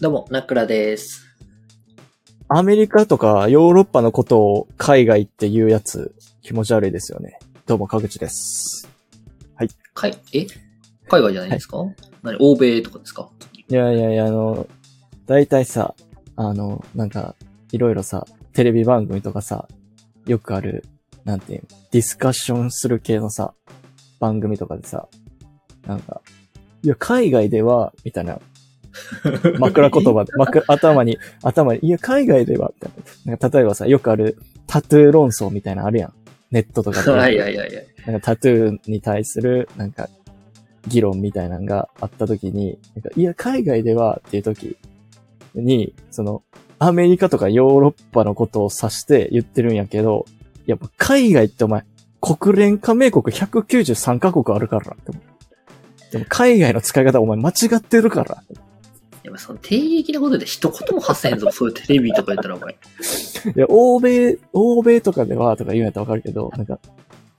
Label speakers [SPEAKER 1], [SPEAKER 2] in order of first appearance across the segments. [SPEAKER 1] どうも、ナクラです。
[SPEAKER 2] アメリカとかヨーロッパのことを海外っていうやつ気持ち悪いですよね。どうも、かぐちです。
[SPEAKER 1] かい、え海外じゃないですか、何欧米とかですか
[SPEAKER 2] いやいやいや、あの、だいたいさ、あの、なんか、いろいろさ、テレビ番組とかさ、よくある、なんていうのディスカッションする系のさ、番組とかでさ、なんか、いや、海外では、みたいな、 枕言 葉で、枕、頭に、頭に、いや、海外では、みたいな。なんか例えばさ、よくある、タトゥー論争みたいなのあるやん。ネットとかで。
[SPEAKER 1] はいはいはいはい。
[SPEAKER 2] なんかタトゥーに対する、なんか、議論みたいなのがあった時に、なんかいや、海外ではっていう時に、その、アメリカとかヨーロッパのことを指して言ってるんやけど、やっぱ海外ってお前、国連加盟国193カ国あるからなって思う。でも海外の使い方お前間違ってるから。
[SPEAKER 1] やっぱその定義的なことで一言も発せんぞ、そういうテレビとか言ったらお前。
[SPEAKER 2] いや、欧米、欧米とかではとか言うんやったらわかるけど、なんか、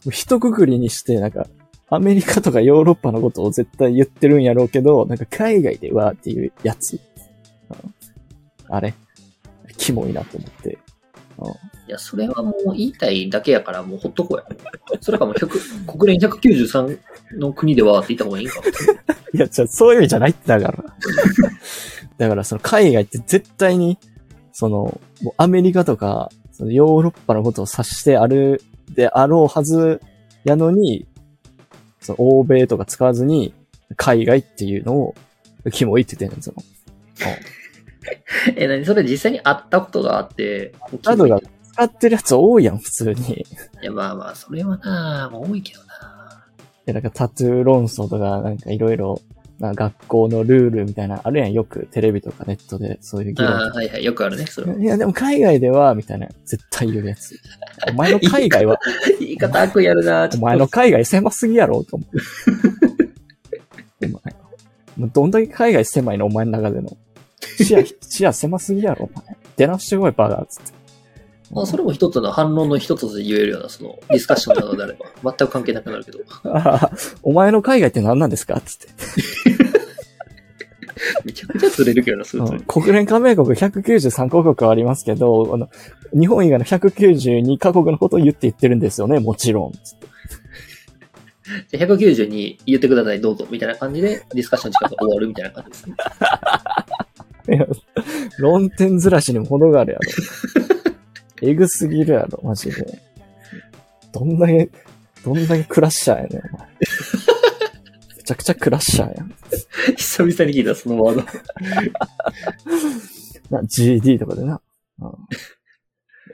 [SPEAKER 2] 一括りにして、なんか、アメリカとかヨーロッパのことを絶対言ってるんやろうけど、なんか海外ではっていうやつ。うんあれキモいなと思って。
[SPEAKER 1] いや、それはもう言いたいだけやから、もうほっとこうや。それかもう100国連193の国ではって言った方がいいんか。
[SPEAKER 2] いや、じゃあそういう意味じゃないってだから。だからその海外って絶対に、その、もうアメリカとか、そのヨーロッパのことを指してあるであろうはずやのに、その欧米とか使わずに、海外っていうのを、キモいって言ってんの、その。
[SPEAKER 1] え、何それ実際に会ったことがあって。
[SPEAKER 2] カードが使ってるやつ多いやん、普通に。い
[SPEAKER 1] いや、まあまあ、それはなもう多いけどな
[SPEAKER 2] や、なんかタトゥー論争とか、なんかいろいろ、なんか学校のルールみたいな、あるやん、よくテレビとかネットでそういう議論
[SPEAKER 1] ああ、はいはい、よくあるね、それは。
[SPEAKER 2] いや、でも海外では、みたいな、絶対言うやつ。お前の海外は、
[SPEAKER 1] 言 い方悪意あるなち
[SPEAKER 2] お
[SPEAKER 1] ょっと
[SPEAKER 2] 前の海外狭すぎやろ、と思う。お前、もうどんだけ海外狭いの、お前の中での。視野、 視野狭すぎやろ、お前。出直してこい、バカ、つって。
[SPEAKER 1] あそれも一つの反論の一つで言えるような、その、ディスカッションなのであれば、 全く関係なくなるけど。
[SPEAKER 2] ああ お前の海外って何なんですかつって。
[SPEAKER 1] めちゃくちゃずれるけどな、それ
[SPEAKER 2] うん国連加盟国193カ国ありますけど、あの、日本以外の192カ国のことを言って言ってるんですよね、もちろん。つって
[SPEAKER 1] じゃあ192言ってください、どうぞ、みたいな感じで、ディスカッションの時間が終わるみたいな感じですね。
[SPEAKER 2] いや論点ずらしにも程があるやろ。えぐすぎるやろ、マジで。どんだけ、どんだけクラッシャーやねん、お前。めちゃくちゃクラッシャーやん。
[SPEAKER 1] 久々に聞いた、そのワード。
[SPEAKER 2] な、GD とかでな。うん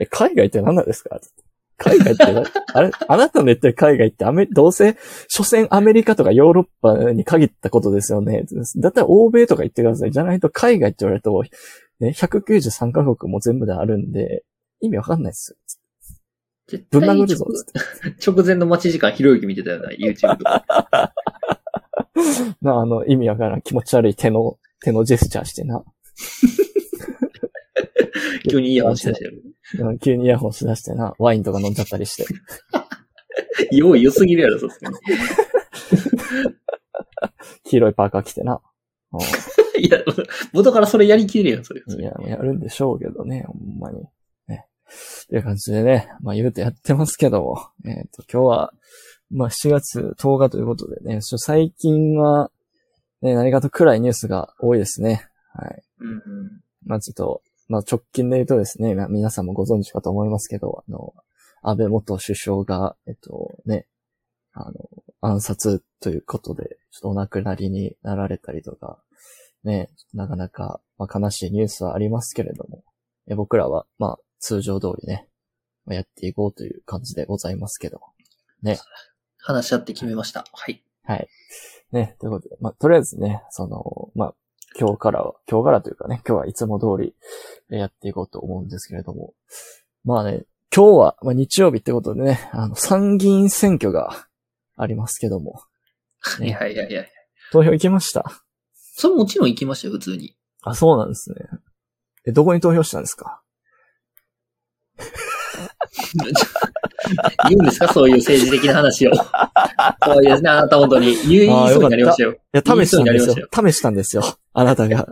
[SPEAKER 2] え、海外って何なんですかつって海外ってな、あれあなたの言ってる海外ってアメ、どうせ、所詮アメリカとかヨーロッパに限ったことですよね。だったら欧米とか言ってください。じゃないと海外って言われると、ね、193カ国も全部であるんで、意味わかんないっすよ。
[SPEAKER 1] 絶
[SPEAKER 2] ぶ
[SPEAKER 1] 対
[SPEAKER 2] ん
[SPEAKER 1] 直
[SPEAKER 2] 殴るぞ。つって
[SPEAKER 1] 直前の待ち時間、ひろゆき見てたよな、YouTube とか。
[SPEAKER 2] な、あの、意味わからん。気持ち悪い手の、手のジェスチャーしてな。
[SPEAKER 1] 急にイヤホンしだしてる。
[SPEAKER 2] うん急にイヤホンしだしてな。ワインとか飲んじゃったりして。
[SPEAKER 1] 用意良すぎるやろ、さすがに。
[SPEAKER 2] 黄色いパーカー着てな。うん
[SPEAKER 1] いや、元からそれやりきれるやん、それ。
[SPEAKER 2] いや、やるんでしょうけどね、ほんまに。ね。という感じでね、まあ言うてやってますけども、えっ、と、今日は、まあ7月10日ということでね、ちょ最近は、ね、何かと暗いニュースが多いですね。はい。
[SPEAKER 1] うんうん。
[SPEAKER 2] まあちょっと、まあ直近で言うとですね、まあ皆さんもご存知かと思いますけど、あの、安倍元首相が、えっとね、あの、暗殺ということで、ちょっとお亡くなりになられたりとか、ね、なかなか、まあ、悲しいニュースはありますけれども、え僕らは、まあ通常通りね、まあやっていこうという感じでございますけど。
[SPEAKER 1] 話し合って決めました。はい。
[SPEAKER 2] はい。ね、ということで、まあ、とりあえずね、その、まあ、今日からは、今日からというかね、今日はいつも通りえーやっていこうと思うんですけれども、まあね、今日は、まあ、日曜日ってことでね、あの、参議院選挙がありますけども、
[SPEAKER 1] はいはいはいはい。
[SPEAKER 2] 投票行きました。
[SPEAKER 1] それもちろん行きましたよ、普通に。
[SPEAKER 2] あ、そうなんですね。え、どこに投票したんですか
[SPEAKER 1] いいんです かそういう政治的な話を。そういうですね、あなた本当に。言い
[SPEAKER 2] あー
[SPEAKER 1] そうになりましたよ。
[SPEAKER 2] いや、試したん
[SPEAKER 1] い
[SPEAKER 2] です
[SPEAKER 1] い人になり
[SPEAKER 2] よ。試したんですよ。あなたが。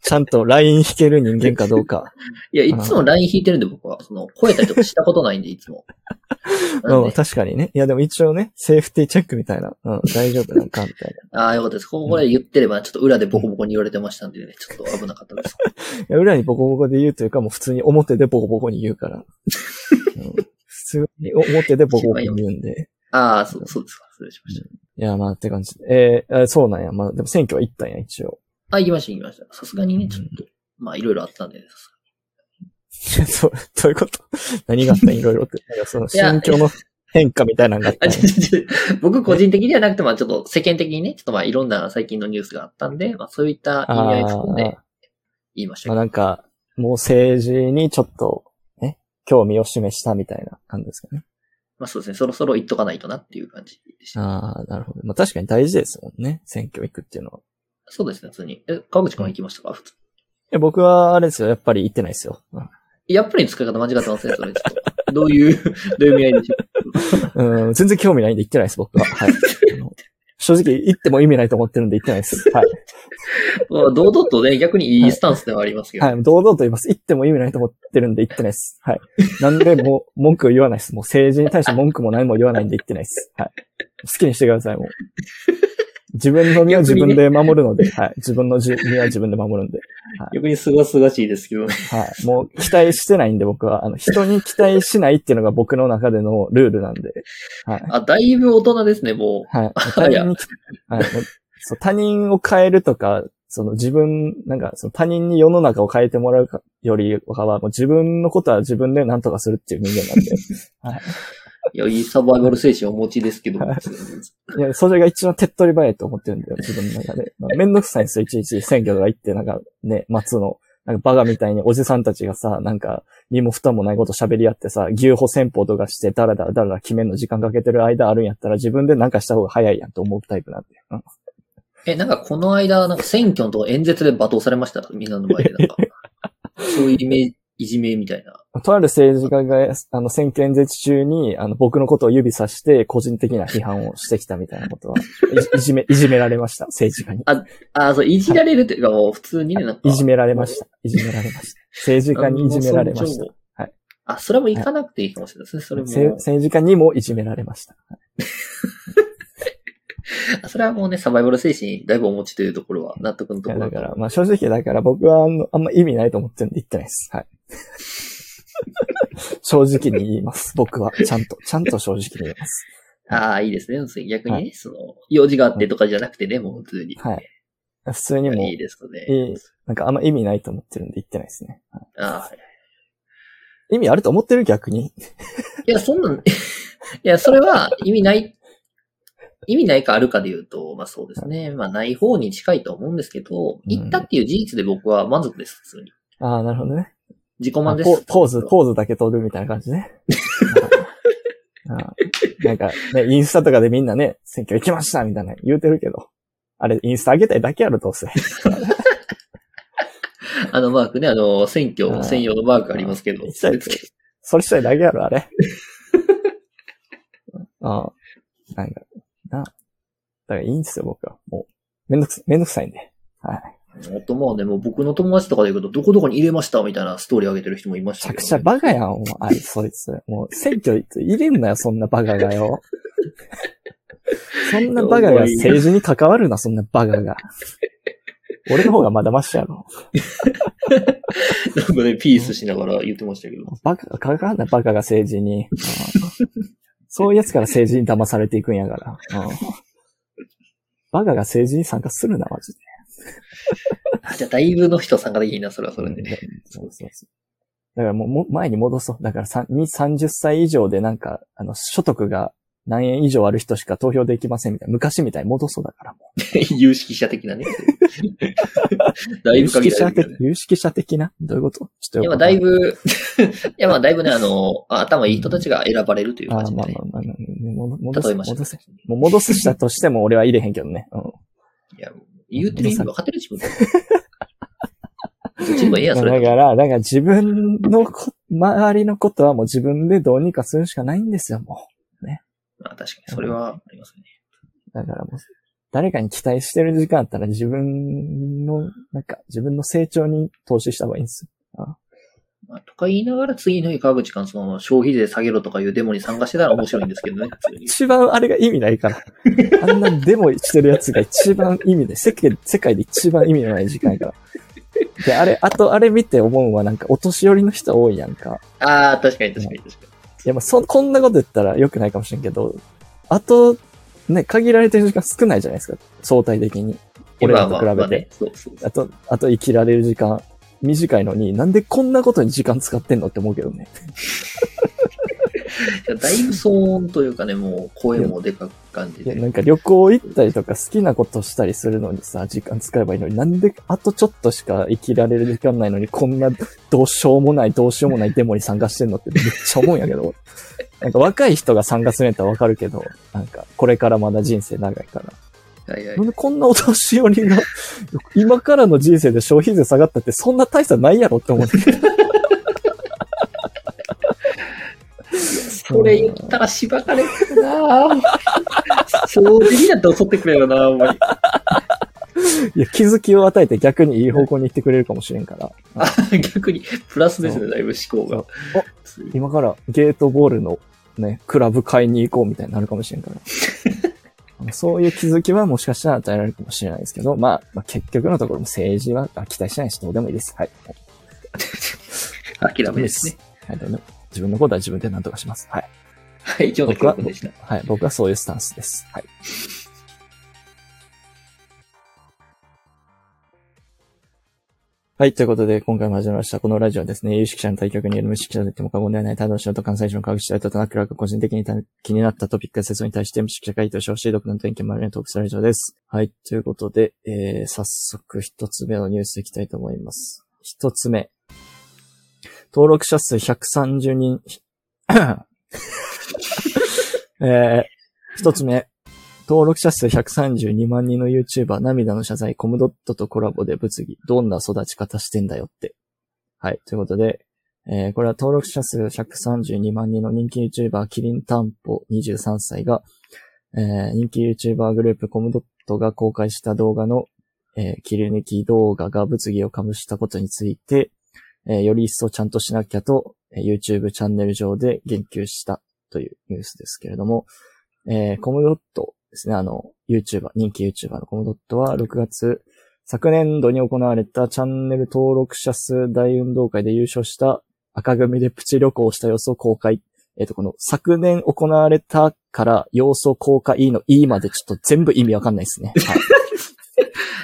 [SPEAKER 2] ちゃんと LINE 引ける人間かどう か。
[SPEAKER 1] いや、いつも LINE 引いてるんで僕は、その、超えたりとかしたことないんで、いつ も。
[SPEAKER 2] まあま
[SPEAKER 1] なん
[SPEAKER 2] あ
[SPEAKER 1] で
[SPEAKER 2] 確かにね。いや、でも一応ね、セーフティーチェックみたいな。うん、大丈夫なんかみたい
[SPEAKER 1] ああ、よかったです。ここで言ってれば、ちょっと裏でボコボコに言われてましたんでね、ちょっと危なかったです。
[SPEAKER 2] な。いや、裏にボコボコで言うというか、もう普通に表でボコボコに言 うから。うん普通に表でボコボコに言うんで。
[SPEAKER 1] ああ、そう、そうですか。失礼しました。
[SPEAKER 2] いや、まあって感じ。えーあそうなんや。まあでも選挙は行ったんや、一応。
[SPEAKER 1] あ、行きました、行きました。さすがにね、ちょっと、まあ、いろいろあったんで、さす
[SPEAKER 2] いやそう、どういうこと 何があったんいろいろって。なんかその
[SPEAKER 1] いや
[SPEAKER 2] 心境の変化みたいなのがあっ
[SPEAKER 1] が
[SPEAKER 2] たん
[SPEAKER 1] に
[SPEAKER 2] や
[SPEAKER 1] あ、違う違う違う僕個人的にはなくて、まあ、ちょっと世間的にね、ちょっとまあ、いろんな最近のニュースがあったんで、まあ、そういった意味合いを含ん
[SPEAKER 2] あー
[SPEAKER 1] で言いました
[SPEAKER 2] ま
[SPEAKER 1] け
[SPEAKER 2] あ
[SPEAKER 1] ど。
[SPEAKER 2] なんか、もう政治にちょっと、ね、興味を示したみたいな感じですかね。
[SPEAKER 1] まあ、そうですね、そろそろ言っとかないとなっていう感じでした。
[SPEAKER 2] ああ、なるほど。まあ確かに大事ですもんね。選挙行くっていうのは。
[SPEAKER 1] そうですね、普通に。え、川口くんは行きましたか普通
[SPEAKER 2] いや僕は、あれですよ。やっぱり行ってないですよ。
[SPEAKER 1] やっぱり使い方間違ってますね、それ。ちょっと。どういう、どういう意味合いでしょ
[SPEAKER 2] うん、全然興味ないんで行ってないです、僕は。はい。あの正直、行っても意味ないと思ってるんで行ってないです。はい。
[SPEAKER 1] う。まあ堂々とね、逆にいいスタンスではありますけど。
[SPEAKER 2] はい、堂々と言います。言っても意味ないと思ってるんで言ってないです。はい。なんでもう文句を言わないです。もう政治に対して文句も何も言わないんで言ってないです。はい。好きにしてください、もう。自分の身は自分で守るので、はい。自分のじ身は自分で守るんで。
[SPEAKER 1] 逆にすがすがしいですけどね。
[SPEAKER 2] はい。もう期待してないんで僕は、あの、人に期待しないっていうのが僕の中でのルールなんで。はい。
[SPEAKER 1] あ、だいぶ大人ですね、も
[SPEAKER 2] はい。
[SPEAKER 1] あ
[SPEAKER 2] 他
[SPEAKER 1] いや
[SPEAKER 2] 人に、はい、そう他人を変えるとか、その自分、なんか、その他人に世の中を変えてもらうかよりは、もう自分のことは自分で何とかするっていう人間なんで。
[SPEAKER 1] う。いや、いいサバイバル精神をお持ちですけど。
[SPEAKER 2] はい
[SPEAKER 1] い
[SPEAKER 2] いや、それが一番手っ取り早いと思ってるんだよ、自分の中で。まあめんどくさいんですよ、いちいち選挙とか行って、なんかね、松の、なんかバカみたいにおじさんたちがさ、なんか、身も蓋もないこと喋り合ってさ、牛歩戦法とかして、だらだらだらだら決めんの時間かけてる間あるんやったら、自分でなんかした方が早いやんと思うタイプなんで。うん
[SPEAKER 1] え、なんかこの間、なんか選挙のとこ演説で罵倒されましたみんなの前で。なんか。そういうイメージ、いじめみたいな。
[SPEAKER 2] とある政治家が、あの、選挙演説中に、あの、僕のことを指さして、個人的な批判をしてきたみたいなことは、いいじめ、いじめられました、政治家に。
[SPEAKER 1] あ、そう、いじられるっていうかもう普通にね、なんか。
[SPEAKER 2] いじめられました。いじめられました。政治家にいじめられました。
[SPEAKER 1] た
[SPEAKER 2] はい。
[SPEAKER 1] あ、それも行かなくていいかもしれないですね。それ
[SPEAKER 2] せ
[SPEAKER 1] も。
[SPEAKER 2] 政治家にもいじめられました。
[SPEAKER 1] あそれはもうね、サバイバル精神だいぶお持ちというところは納得の
[SPEAKER 2] い
[SPEAKER 1] とこ
[SPEAKER 2] や
[SPEAKER 1] ろ
[SPEAKER 2] だから、まあ正直だから僕はあのあんま意味ないと思ってるんで言ってないです。はい。 正直に言います。僕は。ちゃんと、ちゃんと正直に言います。
[SPEAKER 1] ああ、いいですね。逆にね、
[SPEAKER 2] は
[SPEAKER 1] その、用事があってとかじゃなくてね、もう普通に。
[SPEAKER 2] はい。普通にも
[SPEAKER 1] いい、ですかね。
[SPEAKER 2] いいなんかあんま意味ないと思ってるんで言ってないですね。
[SPEAKER 1] ああ
[SPEAKER 2] 意味あると思ってる逆に。
[SPEAKER 1] いや、そんなん、 いや、それは意味ない、意味ないかあるかで言うと、まあそうですね。まあない方に近いと思うんですけど、
[SPEAKER 2] ん
[SPEAKER 1] 行ったっていう事実で僕は満足です、普通に。
[SPEAKER 2] ああ、なるほどね。
[SPEAKER 1] 自己満で
[SPEAKER 2] あポ
[SPEAKER 1] す。
[SPEAKER 2] ポーズ、ポーズだけ撮るみたいな感じ ね。ああなんか、ね、インスタとかでみんなね、選挙行きましたみたいな言うてるけど。あれ、インスタ上げたいだけやろ、どうせ。
[SPEAKER 1] あのマークね、あの、選
[SPEAKER 2] あ
[SPEAKER 1] 挙
[SPEAKER 2] あ
[SPEAKER 1] 専用のマークありますけど。
[SPEAKER 2] 行きたいそれしたいだけやろ、あれ。ああなんか、な。だからいいんですよ、僕は。もう、めんどくさ、めんどくさいんで。はい。
[SPEAKER 1] あとまあね、もう僕の友達とかで言うと、どこどこに入れましたみたいなストーリー上げてる人もいまし
[SPEAKER 2] めち
[SPEAKER 1] た
[SPEAKER 2] ゃ
[SPEAKER 1] け
[SPEAKER 2] く
[SPEAKER 1] ど、
[SPEAKER 2] ちゃバカやん、お前。あいそいつ。もう、選挙入れんなよ、そんなバカがよ。そんなバカが政治に関わるな、そんなバカが。俺の方がまだマシやろ。
[SPEAKER 1] なんかね、ピースしながら言ってましたけど。
[SPEAKER 2] バカが関わんな、バカが政治に。うんそういうやつから政治に騙されていくんやから。うんバカが政治に参加するな、マジで。
[SPEAKER 1] あじゃあ、だいぶの人参加できいな、それはそれで。
[SPEAKER 2] そうそうそう。だからもうも、前に戻そう。だからさんに30歳以上でなんか、あの、所得が何円以上ある人しか投票できませんみたいな。昔みたいに戻そうだからもう。
[SPEAKER 1] 有識者的なね。だい
[SPEAKER 2] 有
[SPEAKER 1] ぶ限
[SPEAKER 2] 識
[SPEAKER 1] ら
[SPEAKER 2] 者
[SPEAKER 1] れてる、
[SPEAKER 2] 的
[SPEAKER 1] ね。、
[SPEAKER 2] 有識者的などういうことちょっと
[SPEAKER 1] い
[SPEAKER 2] よ
[SPEAKER 1] や、ま
[SPEAKER 2] く
[SPEAKER 1] あ、だ
[SPEAKER 2] わかんない
[SPEAKER 1] ぶ、 いや、まあ、だいぶね、あの、あ頭いい人たちが選ばれるという
[SPEAKER 2] あ
[SPEAKER 1] 感
[SPEAKER 2] ー
[SPEAKER 1] じ
[SPEAKER 2] ま
[SPEAKER 1] で、
[SPEAKER 2] あ
[SPEAKER 1] ね
[SPEAKER 2] ま。あまあ、まあね戻戻
[SPEAKER 1] 例え
[SPEAKER 2] す、
[SPEAKER 1] ました
[SPEAKER 2] 戻す
[SPEAKER 1] ね。。
[SPEAKER 2] もう戻すしたとしても俺は入れへんけどね。うん。
[SPEAKER 1] いや、言うてる意味分か ってる自分で。自分ええやん、そ
[SPEAKER 2] だ
[SPEAKER 1] れ。
[SPEAKER 2] から、だから自分のこ周りのことはもう自分でどうにかするしかないんですよ、も
[SPEAKER 1] まあ確かに、それはありますね。
[SPEAKER 2] う。だからもう、誰かに期待してる時間あったら自分の、なんか、自分の成長に投資した方がいいんですよ。
[SPEAKER 1] まあ、とか言いながら次の日川口監督の消費税下げろとかいうデモに参加してた ら面白いんですけどね、普通に。
[SPEAKER 2] 一番あれが意味な いから。あんなデモしてるやつが一番意味ない。世界世界で一番意味のない時間やから。で、あれ、あと、あれ見て思うのはなんか、お年寄りの人多いやんか。
[SPEAKER 1] ああ、確かに確かに確かに。
[SPEAKER 2] いや、まあ、そ、こんなこと言ったら良くないかもしれんけど、あと、ね、限られてる時間少ないじゃないですか。相対的に。俺らと比べて。
[SPEAKER 1] まあまあまあね、そうそうそう
[SPEAKER 2] あと、あと生きられる時間短いのに、なんでこんなことに時間使ってんのって思う けどね。
[SPEAKER 1] いやだいぶ騒音というかね、もう声もでかく感じ
[SPEAKER 2] いや、
[SPEAKER 1] て。
[SPEAKER 2] なんか旅行行ったりとか好きなことしたりするのにさ、時間使えばいいのに、なんであとちょっとしか生きられる時間ないのに、こんなどうしようもないどうしようもないデモに参加してん のってめっちゃ思うんやけど。なんか若い人が参加するんやったらわかるけど、なんかこれからまだ人生長いから。
[SPEAKER 1] はいはい
[SPEAKER 2] なんでこんなお年寄りが、 今からの人生で消費税下がったってそんな大差ないやろって思って。
[SPEAKER 1] それ言ったらしばかれるなぁ正直だって襲ってくれるなぁほんまに。
[SPEAKER 2] いや、気づきを与えて逆にいい方向に行ってくれるかもしれんから。
[SPEAKER 1] 逆に、プラスですね、だいぶ思考が。
[SPEAKER 2] 今からゲートボールのね、クラブ買いに行こうみたいになるかもしれんから。あのそういう気づきはもしかしたら与えられるかもしれないですけど、まあ、まあ、結局のところも政治はあ期待しないし、どうでもいいです。はい。
[SPEAKER 1] 諦めですね。
[SPEAKER 2] はい、どうでも自分のことは自分で何とかします。はい。
[SPEAKER 1] はい、今日の教訓でした。
[SPEAKER 2] はい、僕はそういうスタンスです。はい。はい。ということで、今回も始まりました。このラジオはですね、有識者の対局による無識者と言っても過言ではない、ただの素人関西人の科学者と田中が個人的にた気になったトピックや説明に対して無識者回答し、しい独断と意見もあるようなトークスラジオです。はい。ということで、えー、早速一つ目のニュースいきたいと思います。一つ目。登録者数130人、えー、一つ目。登録者数132万人の YouTuber 涙の謝罪コムドットとコラボで物議。どんな育ち方してんだよって。はい。ということで、えーこれは登録者数132万人の人気 YouTuber キリンタンポ23歳が、えー人気 YouTuber グループコムドットが公開した動画の、えー切り抜き動画が物議をかむしたことについて、えーより一層ちゃんとしなきゃと、えー YouTube チャンネル上で言及したというニュースですけれども、えーコムドットですね、あの、YouTuber、人気 YouTuber のコムドットは6月、昨年度に行われたチャンネル登録者数大運動会で優勝した赤組でプチ旅行をした様子を公開。えっ、と、この昨年行われたから様子を公開の E までちょっと全部意味わかんないですね。はい。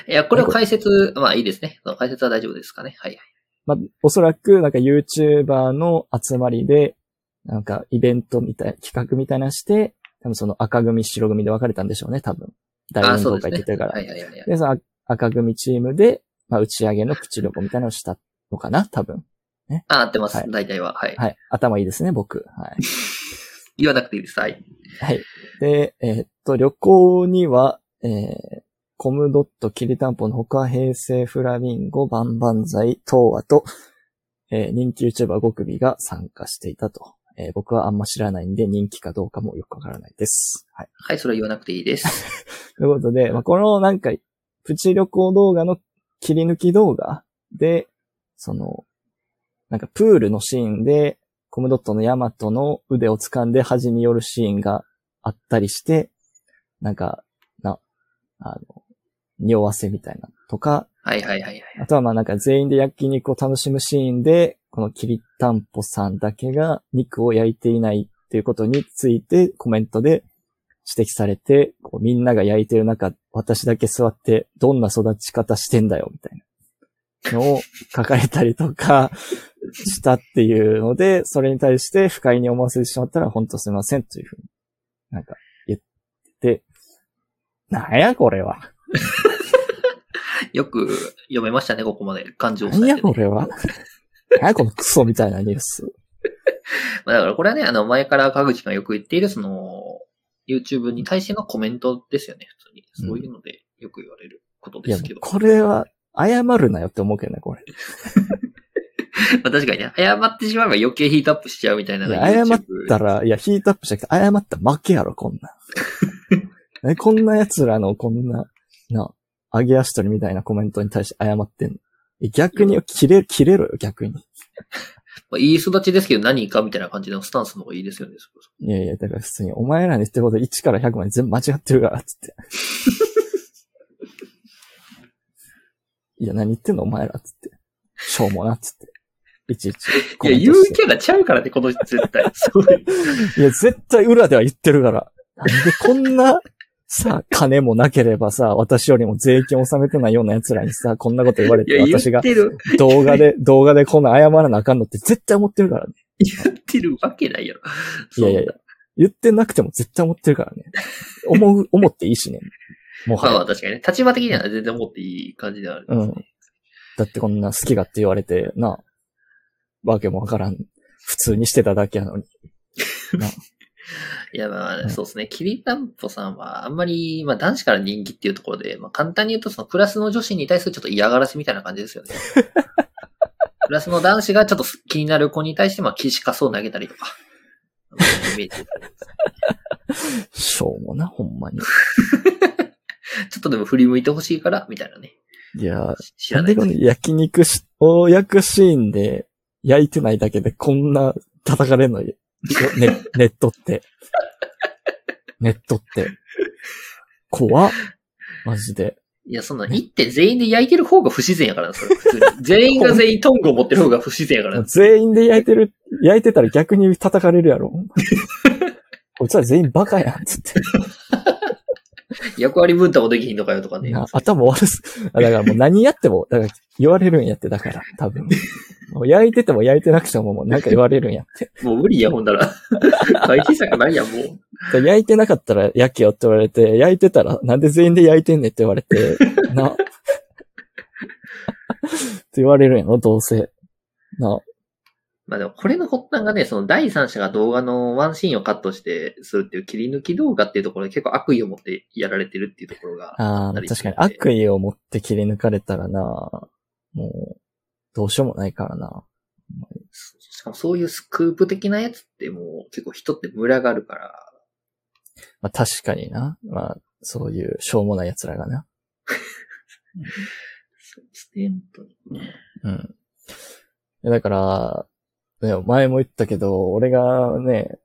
[SPEAKER 1] いや、これは解説、まあいいですね。その解説は大丈夫ですかね。はいはい。
[SPEAKER 2] まあ、おそらく、なんか YouTuber の集まりで、なんかイベントみたい、企画みたいなのして、多分その赤組、白組で分かれたんでしょうね、多分。大
[SPEAKER 1] あー
[SPEAKER 2] 運
[SPEAKER 1] そ
[SPEAKER 2] 動
[SPEAKER 1] うです
[SPEAKER 2] 会
[SPEAKER 1] ね
[SPEAKER 2] って言ってるから。
[SPEAKER 1] はいはいはいはい。
[SPEAKER 2] で、その赤組チームで、まあ、打ち上げのプチ旅行みたいなのをしたのかな多分。
[SPEAKER 1] あ、合ってます
[SPEAKER 2] は。い
[SPEAKER 1] 大体は。はい。
[SPEAKER 2] はい。頭いいですね、僕。はい。
[SPEAKER 1] 言わなくていいです。はい。
[SPEAKER 2] はい。で、えーっと、旅行には、えー、コムドット、キリタンポのほか、平成フラミンゴ、バンバンザイ、東和と、えー人気 YouTuber 5組が参加していたと。えー僕はあんま知らないんで、人気かどうかもよくわからないです。はい。
[SPEAKER 1] はい、それは言わなくていいです。
[SPEAKER 2] ということで、まあ、このなんか、プチ旅行動画の切り抜き動画で、その、なんかプールのシーンで、コムドットのヤマトの腕を掴んで端に寄るシーンがあったりして、なんか、な、あの、匂わせみたいなとか、
[SPEAKER 1] はいはいはいはい。
[SPEAKER 2] あとはまあなんか全員で焼肉を楽しむシーンで、このきりたんぽさんだけが肉を焼いていないっていうことについてコメントで指摘されて、こうみんなが焼いてる中、私だけ座ってどんな育ち方してんだよみたいなのを書かれたりとか したっていうので、それに対して不快に思わせてしまったら本当すみませんというふうになんか言って、なんやこれは。
[SPEAKER 1] よく読めましたね、ここまで。感情を伝え
[SPEAKER 2] な
[SPEAKER 1] て
[SPEAKER 2] んやこ れは。なんやこのクソみたいなニュース。
[SPEAKER 1] まあだからこれはね、あの、前から川口がよく言っている、その、YouTube に対してのコメントですよね、普通に。
[SPEAKER 2] うん
[SPEAKER 1] そういうので、よく言われること
[SPEAKER 2] い
[SPEAKER 1] で
[SPEAKER 2] や
[SPEAKER 1] すけ、ど。
[SPEAKER 2] これは、謝るなよって思うけどね、これ。
[SPEAKER 1] まあ確かにね、謝ってしまえば余計ヒートアップしちゃうみたいなのが
[SPEAKER 2] 謝
[SPEAKER 1] YouTube
[SPEAKER 2] ったら、いや、ヒートアップじゃなくて、謝ったら負けやろ、こん なん。え、こんな奴らの、こんな、な、揚げ足取りみたいなコメントに対して謝ってんの。え逆に、切れ、切れろよ、逆に。
[SPEAKER 1] まあ、いい育ちですけど何かみたいな感じのスタンスの方がいいですよね。そこそこ
[SPEAKER 2] いやいや、だから普通に、お前らに言ってること1から100まで全部間違ってるから、つって。いや、何言ってんのお前ら、つって。しょうもな、つって。いちいちコ
[SPEAKER 1] い
[SPEAKER 2] メ
[SPEAKER 1] や、言
[SPEAKER 2] ント
[SPEAKER 1] う
[SPEAKER 2] して。
[SPEAKER 1] キャラちゃうからね、この人絶対。そういう
[SPEAKER 2] いや、絶対裏では言ってるから。なんでこんな、さ、金もなければさ、私よりも税金納めてないような奴らにさ、こんなこと言われ
[SPEAKER 1] い
[SPEAKER 2] て、
[SPEAKER 1] や、言
[SPEAKER 2] 私が
[SPEAKER 1] ってる、
[SPEAKER 2] 動画で、動画でこんな謝らなあかんのって絶対思ってるからね。
[SPEAKER 1] 言ってるわけないやろ。
[SPEAKER 2] いやいやいや。言ってなくても絶対思ってるからね。思う、思っていいしね。もは
[SPEAKER 1] まあ
[SPEAKER 2] や
[SPEAKER 1] ま。あ確かにね。立場的には全然持っていい感じではある。
[SPEAKER 2] うん。だってこんな好き勝手言われて、な、わけもわからん。普通にしてただけやのに。
[SPEAKER 1] いやま
[SPEAKER 2] うん
[SPEAKER 1] あ、そうですね。きりたんぽさんは、あんまり、まあ男子から人気っていうところで、まあ簡単に言うとそのクラスの女子に対するちょっと嫌がらせみたいな感じですよね。クラスの男子がちょっと気になる子に対して、まあ岸かそう投げたりとか。まあイメージですね
[SPEAKER 2] しょうもな、ほんまに。
[SPEAKER 1] ちょっとでも振り向いてほしいから、みたいなね。
[SPEAKER 2] いや、
[SPEAKER 1] 知
[SPEAKER 2] な
[SPEAKER 1] ら
[SPEAKER 2] ん
[SPEAKER 1] ない
[SPEAKER 2] で
[SPEAKER 1] です
[SPEAKER 2] この
[SPEAKER 1] けど。
[SPEAKER 2] 焼肉し、を焼くシーンで焼いてないだけでこんな叩かれんのよ。ね、 ネットって。ネットって。怖っマジで。
[SPEAKER 1] いや、そんな、行って全員で焼いてる方が不自然やからな、それ。普通に全員が全員トングを持ってる方が不自然やからな。
[SPEAKER 2] 全員で焼いてる、焼いてたら逆に叩かれるや ろ。こいつら全員バカやん、つって。
[SPEAKER 1] 役割分担もできひんのかよとかね。
[SPEAKER 2] な頭悪す。あだからもう何やっても、だから言われるんやって、だから、多分。もう焼いてても焼いてなくてももうなんか言われるんやって。
[SPEAKER 1] もう無理や、ほんなら。 解決策ないやん、もう。
[SPEAKER 2] で焼いてなかったら焼けよって言われて、焼いてたらなんで全員で焼いてんねんって言われて、な。って言われるんやろ、どうせ。な。
[SPEAKER 1] まあでも、これの発端がね、その第三者が動画のワンシーンをカットして、するっていう切り抜き動画っていうところで結構悪意を持ってやられてるっていうところが、
[SPEAKER 2] ああ、確かに悪意を持って切り抜かれたらな、もう、どうしようもないからな。
[SPEAKER 1] そしかもそういうスクープ的なやつってもう結構人ってムラがあるから、
[SPEAKER 2] まあ確かにな。まあ、そういうしょうもない奴らがな。
[SPEAKER 1] そうですね、本当に。
[SPEAKER 2] うん。だから、ね、前も言ったけど、俺がね、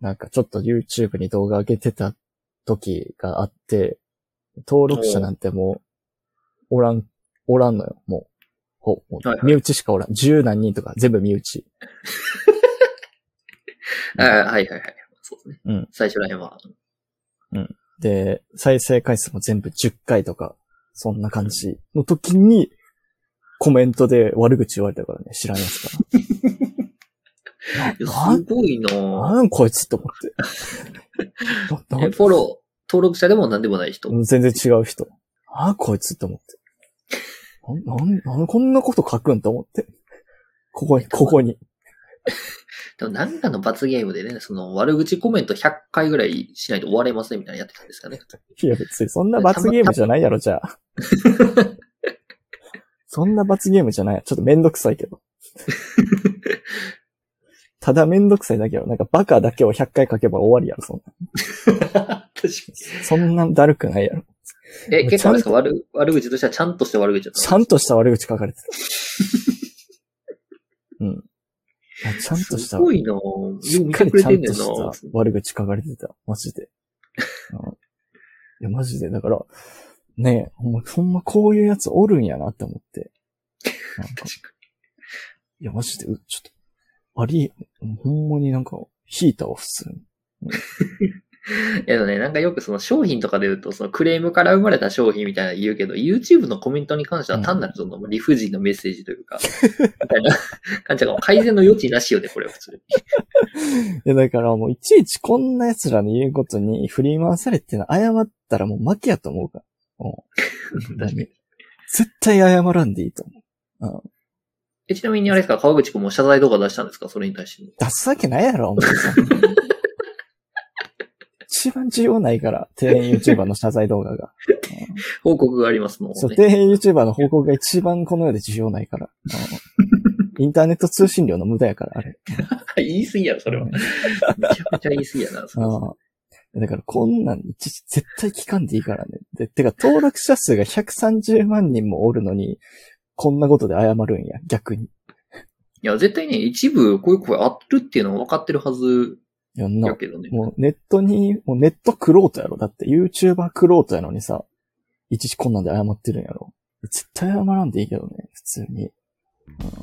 [SPEAKER 2] なんかちょっと YouTube に動画上げてた時があって、登録者なんてもう、おらん、おらんのよ、もう。ほもう
[SPEAKER 1] はいはい
[SPEAKER 2] 身内しかおらん。十何人とか、全部身内。
[SPEAKER 1] ああ、はいはいはい。そうですね。
[SPEAKER 2] うん
[SPEAKER 1] 最初ら辺は。
[SPEAKER 2] で、再生回数も全部10回とか、そんな感じの時に、コメントで悪口言われたからね、知らんや つから。
[SPEAKER 1] いや
[SPEAKER 2] なな
[SPEAKER 1] すごいなぁ
[SPEAKER 2] なんこいつと思って。なな
[SPEAKER 1] えフォロー、登録者でも何でもない人。
[SPEAKER 2] 全然違う人。ああ、こいつって思って。な、なん、なん、こんなこと書くんと思って。ここに、ここに。
[SPEAKER 1] でもなんかの罰ゲームでね、その悪口コメント100回ぐらいしないと終われませんみたいなのやってたんですかね。
[SPEAKER 2] いや、別にそんな罰ゲームじゃないやろ、じゃあ。そんな罰ゲームじゃない。ちょっとめんどくさいけど。ただめんどくさいだけど、なんかバカだけを100回書けば終わりやろ、そん
[SPEAKER 1] 確かに。
[SPEAKER 2] な。そんなだるくないやろ。
[SPEAKER 1] え、結構あれですか悪、悪口としてはちゃんとして悪口だった
[SPEAKER 2] ちゃんとした悪口書かれてた。 うん。あちゃんとし
[SPEAKER 1] す
[SPEAKER 2] た
[SPEAKER 1] ごいなぁ。
[SPEAKER 2] し
[SPEAKER 1] よう
[SPEAKER 2] っ
[SPEAKER 1] 見
[SPEAKER 2] か
[SPEAKER 1] て
[SPEAKER 2] り
[SPEAKER 1] くれ
[SPEAKER 2] ちゃ
[SPEAKER 1] てん
[SPEAKER 2] ん
[SPEAKER 1] ねん
[SPEAKER 2] と
[SPEAKER 1] なぁ
[SPEAKER 2] した悪口書かれてた。マジで。うんいや、マジで。だから、ねえ、ほんま、ほんまこういうやつおるんやなって思って。なんか
[SPEAKER 1] 確か
[SPEAKER 2] いや、マジで、うちょっと、あり、ほんまになんか、引いたわ、普通に。
[SPEAKER 1] に。いやでもね、なんかよくその商品とかで言うと、そのクレームから生まれた商品みたいなの言うけど、YouTube のコメントに関しては単なるその理不尽なメッセージというか、みたいな感じが改善の余地なしよね、これは普通に。
[SPEAKER 2] で、だからもう、いちいちこんな奴らの言うことに振り回されてんの謝ったらもう負けやと思うから。も
[SPEAKER 1] 確
[SPEAKER 2] う
[SPEAKER 1] かに
[SPEAKER 2] 絶対謝らんでいいと思う。
[SPEAKER 1] えちなみにあれですか、川口くんも謝罪動画出したんですかそれに対して。
[SPEAKER 2] 出すわけないやろ、お 前さん。一番需要ないから、店員 YouTuber の謝罪動画が。
[SPEAKER 1] 報告がありますもん
[SPEAKER 2] そう、
[SPEAKER 1] ね。
[SPEAKER 2] 店員 YouTuber の報告が一番この世で需要ないから。うんインターネット通信量の無駄やから、あれ。
[SPEAKER 1] 言い過ぎやろ、それは。
[SPEAKER 2] うん
[SPEAKER 1] めちゃくちゃ言い過ぎやな、それ
[SPEAKER 2] ああ。だからこんなん、いちいち絶対聞かんでいいからね。で、てか登録者数が130万人もおるのに、こんなことで謝るんや、逆に。
[SPEAKER 1] いや、絶対ね、一部こういう声あるっていうのは分かってるはず
[SPEAKER 2] やんな
[SPEAKER 1] や。けどね。
[SPEAKER 2] もうネットに、もうネットクロートやろ。だって YouTuber クロートやのにさ、いちいちこんなんで謝ってるんやろ。絶対謝らんでいいけどね、普通に。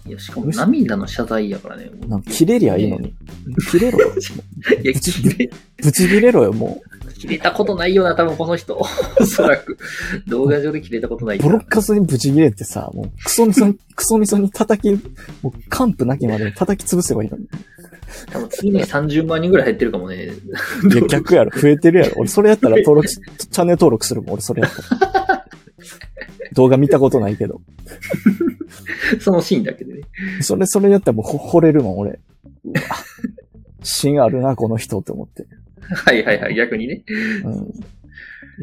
[SPEAKER 1] いや、しかも涙の謝罪やからね。もう
[SPEAKER 2] なんか切れりゃいいのに。切れろよ。
[SPEAKER 1] いや、切れ、
[SPEAKER 2] ぶち切れろよ、も。
[SPEAKER 1] 切れたことないよな、多分この人。おそらく。動画上で切れたことないうか
[SPEAKER 2] ボ
[SPEAKER 1] ら
[SPEAKER 2] ロッカスにぶち切れってさ、もう、クソみそ に、クソみそに叩き、もう、完膚なきまで叩き潰せばいいのに。
[SPEAKER 1] 多分次に30万人ぐらい減ってるかもね。
[SPEAKER 2] いや、逆やろ。増えてるやろ。俺、それやったら登録し、チャンネル登録するもん、俺、それやったら。 動画見たことないけど。
[SPEAKER 1] そのシーンだけでね。
[SPEAKER 2] それ、それやったらもう、ほ惚れるもん、俺。うわ。芯あるな、この人って思って。
[SPEAKER 1] はいはいはい、逆にね。
[SPEAKER 2] うん。い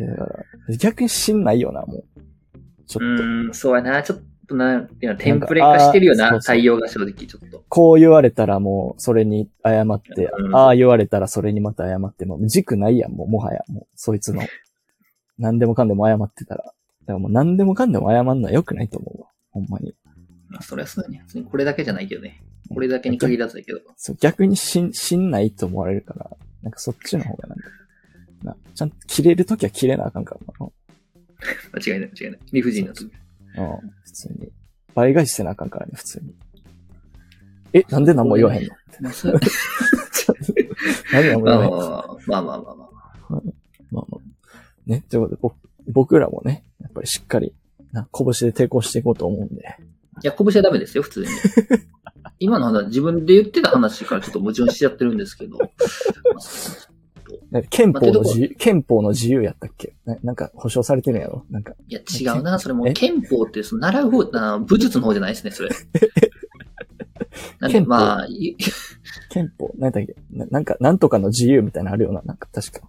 [SPEAKER 2] や、だから、逆に芯ないよな、もう。ち
[SPEAKER 1] う
[SPEAKER 2] ょっと。
[SPEAKER 1] ーん、そうやな。ちょっとな、いやテンプレ化してるよ
[SPEAKER 2] なんか
[SPEAKER 1] な、
[SPEAKER 2] あーそうそう
[SPEAKER 1] 対応が正直、ちょっと。
[SPEAKER 2] こう言われたらもう、それに謝って、
[SPEAKER 1] うん
[SPEAKER 2] ああ言われたらそれにまた謝って、もう軸ないやん、もう、もはや。もう、そいつの。何でもかんでも謝ってたら。だからもう、何でもかんでも謝るのは良くないと思うわ。ほんまに。
[SPEAKER 1] まあ、それはそうだね。別にこれだけじゃないけどね。これだけに限らずだけど。
[SPEAKER 2] そう、逆にしん、しんないと思われるから、なんかそっちの方がなんか、な、ちゃんと切れるときは切れなあかんから
[SPEAKER 1] 間違いない、間違いない。理不尽な時。
[SPEAKER 2] な。うん、普通に。倍返しせなあかんからね、普通に。え、なんで何も言わへんの
[SPEAKER 1] まあ、そう
[SPEAKER 2] なんで何も
[SPEAKER 1] ま
[SPEAKER 2] 言
[SPEAKER 1] あ
[SPEAKER 2] わ
[SPEAKER 1] まあ
[SPEAKER 2] へんの
[SPEAKER 1] まあまあまあまあまあ。
[SPEAKER 2] まあまあ。ね、ということで、ぼ僕らもね、やっぱりしっかり、な、拳で抵抗していこうと思うんで。
[SPEAKER 1] いや、拳はダメですよ、普通に。 今の話、自分で言ってた話からちょっと矛盾しちゃってるんですけど。
[SPEAKER 2] なんか憲法の自
[SPEAKER 1] ま
[SPEAKER 2] 由、憲法の自由やったっけななんか保障されてるんやろなんか、
[SPEAKER 1] いや、違うな、それも
[SPEAKER 2] え
[SPEAKER 1] う憲法って、その習う方あ、武術の方じゃないですね、そ れ。なんで、
[SPEAKER 2] 憲法
[SPEAKER 1] まあ、い
[SPEAKER 2] 憲法、なんだっけななんか、なんとかの自由みたいなのあるよななんか、確か。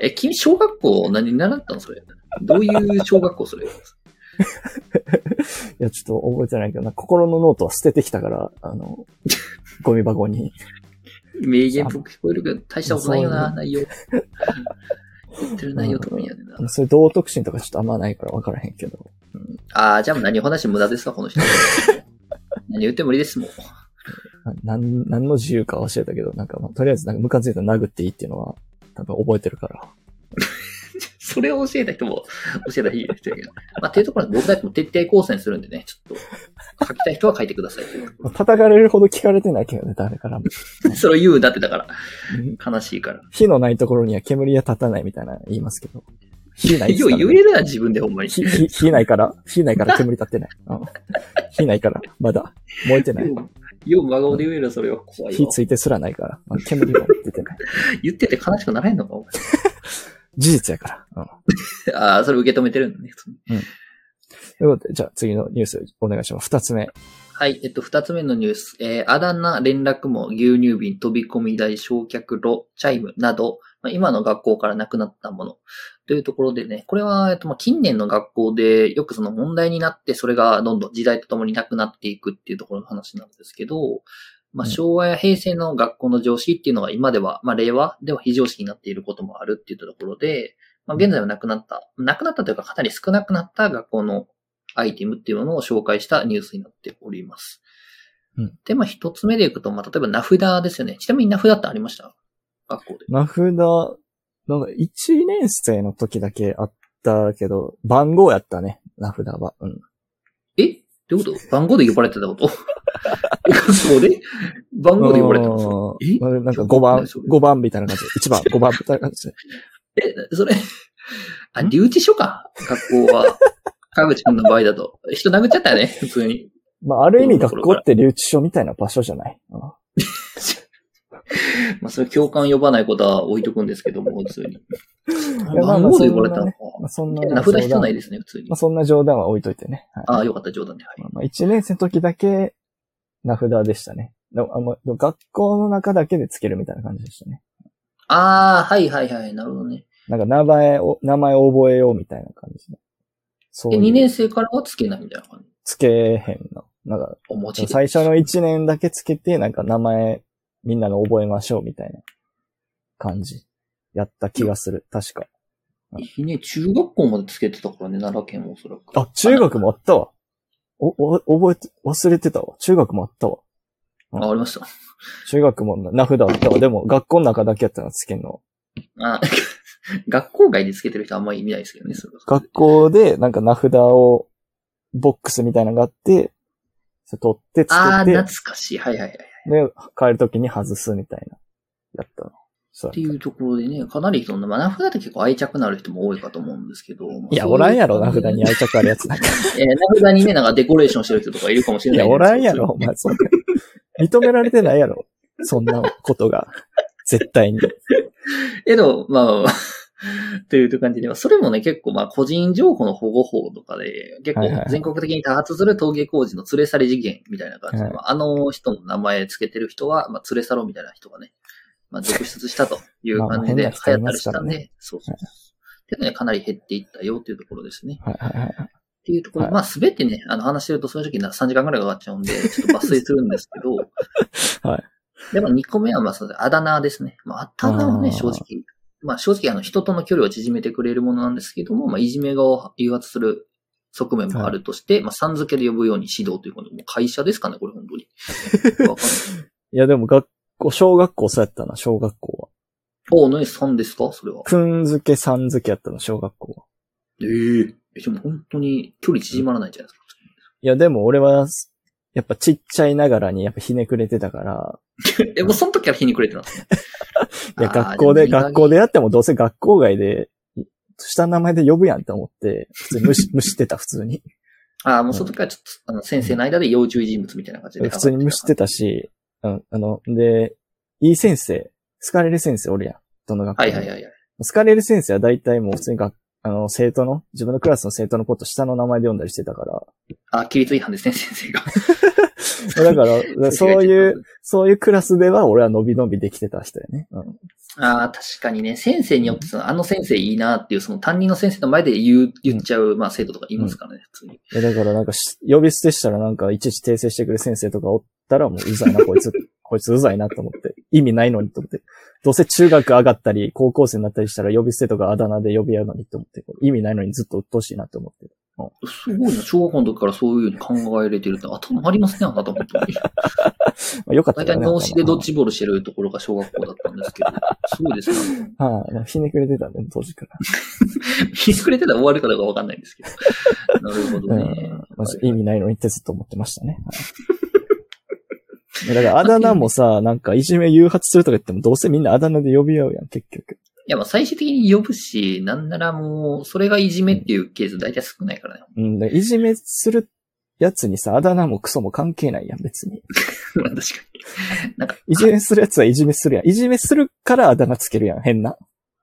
[SPEAKER 1] え、君、小学校何習ったのそれ。どういう小学校それ。
[SPEAKER 2] いや、ちょっと覚えてないけどな、心のノートは捨ててきたから、あの、ゴミ箱に。
[SPEAKER 1] 名言っぽく聞こえるけど、大したことないよな、
[SPEAKER 2] そう
[SPEAKER 1] 内 容。言ってる内容とかいいやねんな
[SPEAKER 2] あ。のそれ道徳心とかちょっとあんまないから分からへんけど。
[SPEAKER 1] ああ、じゃあもう何を話しても無駄ですわ、こ の人。何言っても無理ですもん。
[SPEAKER 2] ななん、なんの自由かは教えたけど、なんか、まあ、とりあえずなんかムカついたら殴っていいっていうのは、多分覚えてるから。
[SPEAKER 1] それを教えた人も、教えた人やけど。まあ、っていうところで僕たちも徹底抗戦するんでね、ちょっと、書きたい人は書いてくださいという とこ
[SPEAKER 2] まあ叩かれるほど聞かれてないけどね、誰からも。
[SPEAKER 1] ろ。それを言うんだってだから、
[SPEAKER 2] うん
[SPEAKER 1] 悲しいから。
[SPEAKER 2] 火のないところには煙は立たないみたいな言いますけど。火ないっす
[SPEAKER 1] よう
[SPEAKER 2] から
[SPEAKER 1] 言
[SPEAKER 2] ね
[SPEAKER 1] えるな、自分でほんまに。
[SPEAKER 2] 火、火、火ないから、火ないから煙立ってない。うん火ないから、まだ燃えてない。
[SPEAKER 1] よう、よう真顔で言えるな、それは。怖い
[SPEAKER 2] 火
[SPEAKER 1] よ。
[SPEAKER 2] ついてすらないから、まあ煙も出てない。
[SPEAKER 1] 言ってて悲しくならへんのか、お
[SPEAKER 2] 事実やから。うん
[SPEAKER 1] 前ああ、それ受け止めてるんだね。
[SPEAKER 2] ということで、じゃあ次のニュースお願いします。二つ目。
[SPEAKER 1] はい、えっと、二つ目のニュース。えー、あだ名、連絡網、牛乳瓶、飛び込み台、焼却炉、チャイムなど、まあ、今の学校からなくなったもの。というところでね、これは、えっと、まあ、近年の学校で、よくその問題になって、それがどんどん時代とともになくなっていくっていうところの話なんですけど、まあ、
[SPEAKER 2] うん
[SPEAKER 1] 昭和や平成の学校の常識っていうのが今では、まあ、令和では非常識になっていることもあるっていうところで、まあ、現在はなくなった、なくなったというかかなり少なくなった学校のアイテムっていうものを紹介したニュースになっております。
[SPEAKER 2] うん
[SPEAKER 1] で、まあ一つ目でいくと、まあ例えば名札ですよね。ちなみに名札ってありました学校で。
[SPEAKER 2] 名札、なんか1年生の時だけあったけど、番号やったね、名札は。うん。
[SPEAKER 1] えどういうこと番号で呼ばれてたこと 学校で番号で呼ばれてたことえ
[SPEAKER 2] うんなんか5番、5番みたいな感じ。1番、5番み たいな感じで。
[SPEAKER 1] え、それ、あ、留置所か学校 は。川口くんの場合だと。人殴っちゃったよね、普通に。
[SPEAKER 2] まあ、ある意味学校って留置所みたいな場所じゃない。うん
[SPEAKER 1] まあそれ教官呼ばないことは置いとくんですけども、普通に。
[SPEAKER 2] いやまあ
[SPEAKER 1] 番
[SPEAKER 2] まあ
[SPEAKER 1] 号で呼ばれたのか。
[SPEAKER 2] まあ、そんな、
[SPEAKER 1] 名札必要ない
[SPEAKER 2] で
[SPEAKER 1] ですね、普通に
[SPEAKER 2] まあ、。そんな冗談は置いといてね。はい
[SPEAKER 1] ああ、よかった、冗談で。はい
[SPEAKER 2] まあまあ、1年生の時だけ名札でしたね。でもあまあでも学校の中だけでつけるみたいな感じでしたね。
[SPEAKER 1] ああ、はいはいはい、なるほどね。
[SPEAKER 2] なんか名前を、名前を覚えようみたいな感じの。そう
[SPEAKER 1] え、
[SPEAKER 2] いう
[SPEAKER 1] 2年生からはつけないみたいな感じ。
[SPEAKER 2] つけへんの。なんか、
[SPEAKER 1] お持ちで。
[SPEAKER 2] 最初の1年だけつけて、なんか名前、みんなが覚えましょうみたいな感じ。やった気がする。確か。
[SPEAKER 1] ね、中学校までつけてたからね、奈良県もおそらく。
[SPEAKER 2] あ、中学もあったわ。お、お、覚えて、忘れてたわ。中学もあったわ。
[SPEAKER 1] あ、ありました。
[SPEAKER 2] 中学も名札あったわ。でも、学校の中だけやったな、つけんの。
[SPEAKER 1] あ 学校外でつけてる人あんまり見ないですけどね、それは
[SPEAKER 2] 学校で、なんか名札を、ボックスみたいなのがあって、それ取ってつ
[SPEAKER 1] ああ、
[SPEAKER 2] けて、
[SPEAKER 1] 懐
[SPEAKER 2] で、
[SPEAKER 1] かしい。はいはいはい。
[SPEAKER 2] 帰るときに外すみたいな、やったの。そう
[SPEAKER 1] っていうところでね、かなりその、まあ、名札って結構愛着のある人も多いかと思うんですけど。まあ
[SPEAKER 2] いや、
[SPEAKER 1] そうう
[SPEAKER 2] おらんやろ、名札に愛着あるやつなんか。
[SPEAKER 1] えー名札にね、なんかデコレーションしてる人とかいるかもし
[SPEAKER 2] い
[SPEAKER 1] れない
[SPEAKER 2] や、
[SPEAKER 1] です
[SPEAKER 2] お
[SPEAKER 1] けど。
[SPEAKER 2] らんやろ、お前、そんな。認められてないやろ。そんなことが。絶対に。
[SPEAKER 1] えど、まあ まあまあ、という感じで、まあそれもね、結構まあ、個人情報の保護法とかで、結
[SPEAKER 2] はいはいは
[SPEAKER 1] 構
[SPEAKER 2] い
[SPEAKER 1] 全国的に多発する陶芸工事の連れ去り事件みたいな感じで、
[SPEAKER 2] はい
[SPEAKER 1] まああの人の名前つけてる人は、まあ、連れ去ろうみたいな人がね、まあ、続出したという感じで
[SPEAKER 2] まあまあ変な
[SPEAKER 1] 流
[SPEAKER 2] 人い
[SPEAKER 1] 行った
[SPEAKER 2] ま
[SPEAKER 1] り
[SPEAKER 2] す
[SPEAKER 1] し
[SPEAKER 2] か
[SPEAKER 1] た
[SPEAKER 2] ら
[SPEAKER 1] ん
[SPEAKER 2] ね
[SPEAKER 1] で、そうそうそう。っていうのはかなり減っていったよというところですね。
[SPEAKER 2] はいはいはいはい。
[SPEAKER 1] っていうところで、
[SPEAKER 2] はい
[SPEAKER 1] まあ、すべてね、あの、話してるとそういう時に3時間ぐらいかかっちゃうんで、ちょっと抜粋するんですけど、
[SPEAKER 2] はい。
[SPEAKER 1] で、まあ、2個目は、まあ、そのあだ名ですね。まあ、あだ名はね、
[SPEAKER 2] あー
[SPEAKER 1] 正直、まあ、正直、あの、人との距離を縮めてくれるものなんですけども、まあ、いじめを誘発する側面もあるとして、まあ、さん付けで呼ぶように指導ということで、もう会社ですかね、これ、本当に。わかんない。
[SPEAKER 2] いや、でも学校、小学校そうやったな、小学校は。
[SPEAKER 1] お、何さんですかそれは。
[SPEAKER 2] くんづけ、さんづけやったの、小学校は。
[SPEAKER 1] えええでも本当に距離縮まらないじゃないですか。
[SPEAKER 2] いや、でも俺は、やっぱちっちゃいながらにやっぱひねくれてたから、
[SPEAKER 1] え、もう、その時から日に暮れてたんですね。
[SPEAKER 2] いや、
[SPEAKER 1] あー
[SPEAKER 2] 学校で、
[SPEAKER 1] も意外
[SPEAKER 2] 学校でやってもどうせ学校外で、下の名前で呼ぶやんって思って、普通に無視、無視してた、普通に。
[SPEAKER 1] ああ、もうその時からちょっと、あの、先生の間で要注意人物みたいな感じで。
[SPEAKER 2] 普通に無視してたし、うん、あの、で、いい先生、好かれる先生おるやん。どの学校
[SPEAKER 1] は
[SPEAKER 2] で
[SPEAKER 1] い
[SPEAKER 2] も
[SPEAKER 1] はいはいはい。
[SPEAKER 2] 好かれる先生は大体もう普通に学、あの、生徒の、自分のクラスの生徒のこと下の名前で呼んだりしてたから。
[SPEAKER 1] あ、規律違反ですね、先生が。 間違えちゃっ
[SPEAKER 2] だから、そういう、そういうクラスでは俺は伸び伸びできてた人やね。うん。
[SPEAKER 1] ああ、確かにね、先生によってその、あの先生いいなっていう、その担任の先生の前で言う、言っちゃう、まあ生徒とかいますからね、普通に。
[SPEAKER 2] いやだからなんかし、呼び捨てしたらなんかいちいち訂正してくる先生とかおったらもううざいな、こい つ。こいつうざいなと思って。意味ないのにと思って。どうせ中学上がったり、高校生になったりしたら呼び捨てとかあだ名で呼び合うのにと思って。意味ないのにずっと鬱陶しいなと思って。
[SPEAKER 1] すごいな、小学校の時からそういうふうに考えれてるって、頭ありますね、あなた本当 に。
[SPEAKER 2] まあ、よかった
[SPEAKER 1] 大
[SPEAKER 2] け
[SPEAKER 1] 体
[SPEAKER 2] どね
[SPEAKER 1] 脳死でドッジボールしてるところが小学校だったんですけど、すごいですね。
[SPEAKER 2] はい、まあひねくれてたね、当時 から。
[SPEAKER 1] ひねくれてたら終わるかどうかわかんないんですけど。なるほど
[SPEAKER 2] うん
[SPEAKER 1] ね。
[SPEAKER 2] まず意味ないのにってずっと思ってました ね。はいだからあだ名もさ、なんかいじめ誘発するとか言ってもどうせみんなあだ名で呼び合うやん、結局。
[SPEAKER 1] いや、まあ最終的に呼ぶし、なんならもう、それがいじめっていうケース大体少ない からね。
[SPEAKER 2] うん、でいじめするやつにさ、あだ名もクソも関係ないやん、別に。
[SPEAKER 1] まあ確かに。なんか、
[SPEAKER 2] いじめするやつはいじめするやん。いじめするからあだ名つけるやん、変な。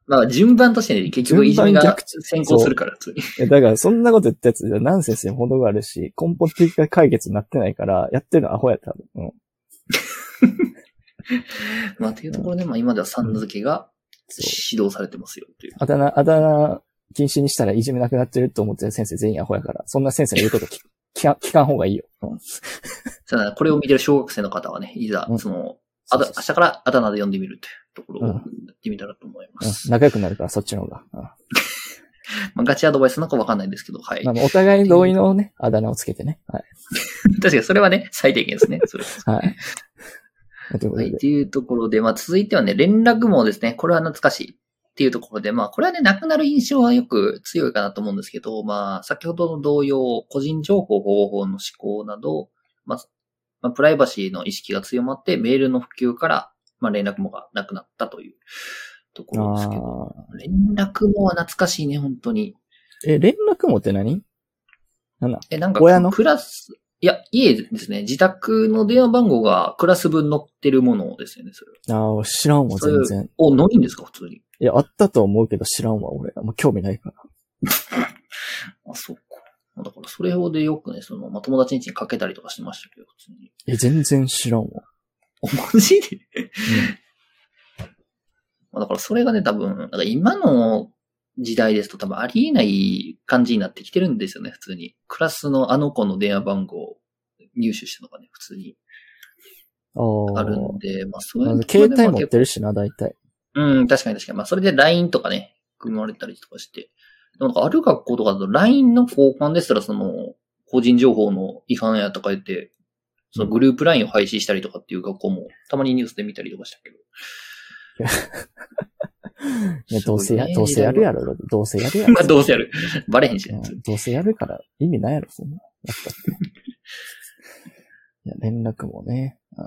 [SPEAKER 1] まあ順番としてね、結局いじめ
[SPEAKER 2] 順
[SPEAKER 1] が
[SPEAKER 2] 番逆
[SPEAKER 1] 先行するから、普通に。
[SPEAKER 2] いやだからそんなこと言ったやつじゃナンセンスに程があるし、根本的な解決になってないから、やってるのアホやった。うん。
[SPEAKER 1] まあ、というところで、まあ、今ではさん付けが
[SPEAKER 2] そう
[SPEAKER 1] 指導されてますよ、という。
[SPEAKER 2] あだ名、あだ名禁止にしたらいじめなくなってると思ってる先生全員アホやから、そんな先生の言うこと 聞聞か聞かん方がいいよ。うん
[SPEAKER 1] ただ、これを見てる小学生の方はね、いざ
[SPEAKER 2] う、ん
[SPEAKER 1] その、あだ、明日からあだ名で呼んでみるというところを
[SPEAKER 2] うん
[SPEAKER 1] やってみたらと思いま
[SPEAKER 2] うん
[SPEAKER 1] す。
[SPEAKER 2] 仲良くなるから、そっちの方が。うん
[SPEAKER 1] まあ、ガチアドバイスなんかわかんないんですけど、はい
[SPEAKER 2] ま。あ、お互い同意のね、あだ名をつけてね。はい。
[SPEAKER 1] 確かに、それはね、最低限ですね。それは
[SPEAKER 2] はい。ということ
[SPEAKER 1] は
[SPEAKER 2] で。
[SPEAKER 1] い、というところで、まあ、続いてはね、連絡網ですね。これは懐かしい。っていうところで、まあ、これはね、なくなる印象はよく強いかなと思うんですけど、まあ、先ほどの同様、個人情報保護法の施行など、まあ、まあ、プライバシーの意識が強まって、メールの普及から、まあ、連絡網がなくなったというところですけど、
[SPEAKER 2] ああ。
[SPEAKER 1] 連絡網は懐かしいね、本当に。
[SPEAKER 2] え、連絡網って何なんだ
[SPEAKER 1] え、なんか、
[SPEAKER 2] 親の
[SPEAKER 1] クラス、いや、家ですね、自宅の電話番号がクラス分載ってるものですよね、それは。
[SPEAKER 2] ああ、知らんわ、
[SPEAKER 1] そうい
[SPEAKER 2] 全
[SPEAKER 1] う
[SPEAKER 2] 然。
[SPEAKER 1] お、ないんですか、普通に。
[SPEAKER 2] いや、あったと思うけど知らんわ、俺。もう興味ないから。
[SPEAKER 1] あ、そうか。だから、それをでよくね、その、まあ、友達ん家にかけたりとかしてましたけど、普通 に。
[SPEAKER 2] え、全然知らんわ。
[SPEAKER 1] マジでまあだから、それがね、多分、なんか今の時代ですと多分ありえない感じになってきてるんですよね、普通に。クラスのあの子の電話番号、入手したのがね、普通に
[SPEAKER 2] あ
[SPEAKER 1] あ
[SPEAKER 2] あ
[SPEAKER 1] るんで、まあそういう
[SPEAKER 2] まあ
[SPEAKER 1] の
[SPEAKER 2] 携帯持っ
[SPEAKER 1] る。
[SPEAKER 2] てるしな、大体。
[SPEAKER 1] うん、確かに確かに。まあそれで LINE とかね、組まれたりとかして。でもなんかある学校とかだと LINE の交換ですらその、個人情報の違反やとか言って、そのグループ LINE を廃止したりとかっていう学校もたまにニュースで見たりとかしたけど。
[SPEAKER 2] ね、どうせや
[SPEAKER 1] すごい、ね
[SPEAKER 2] どうせやるやろ、どうせやる やろ。
[SPEAKER 1] まあどうせやる。バレへんし、
[SPEAKER 2] う
[SPEAKER 1] ね
[SPEAKER 2] ん、どうせやるから意味ないやろ、そんな。やったって。いや、連絡もね。うん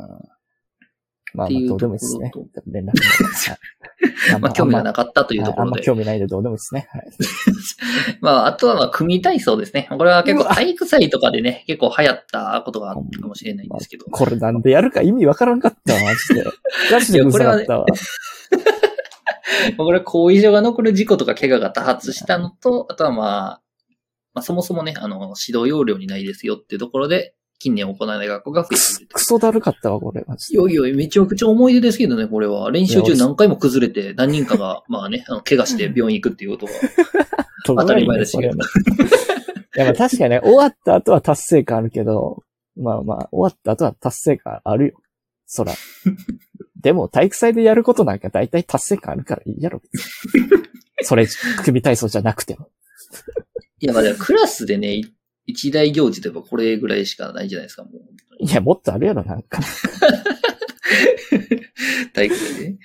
[SPEAKER 2] まあ、まあ
[SPEAKER 1] っていう
[SPEAKER 2] どうでもいいですね
[SPEAKER 1] ところ。
[SPEAKER 2] 連絡も。 はい
[SPEAKER 1] まあ興味がな
[SPEAKER 2] く
[SPEAKER 1] かったと
[SPEAKER 2] て
[SPEAKER 1] いうとこ
[SPEAKER 2] あん
[SPEAKER 1] ろ
[SPEAKER 2] ま
[SPEAKER 1] で。
[SPEAKER 2] 興味ないでどうでもいいですね。はい。
[SPEAKER 1] まあ、あとはまあ、組体操ですね。これは結構体育祭とかでね、結構流行ったことがあったかもしれないんですけど。
[SPEAKER 2] これなんでやるか意味わからんかったわ、マジで。ガチでうざかったわ。
[SPEAKER 1] まあこれは後遺症が残る事故とか怪我が多発したのと、あとはまあ、まあ、そもそもね、あの、指導要領にないですよっていうところで、近年行わない学校が増えていると
[SPEAKER 2] ク。ソだるかったわ、これ。マジで
[SPEAKER 1] いやいや、めちゃくちゃ思い出ですけどね、これは。練習中何回も崩れて、何人か が、まあね、あの怪我して病院行くっていうことが。
[SPEAKER 2] 当
[SPEAKER 1] 当たり前ですけど
[SPEAKER 2] いや、まあ確かにね、終わった後は達成感あるけど、まあまあ、終わった後は達成感あるよ。そら。でも、体育祭でやることなんか大体達成感あるからいいやろ。別にそれ、首体操じゃなくても。
[SPEAKER 1] いや、まあでもクラスでね、い一大行事といえばこれぐらいしかないじゃないですか、もう。
[SPEAKER 2] いや、もっとあるやろ、なんか。
[SPEAKER 1] 体育祭でね。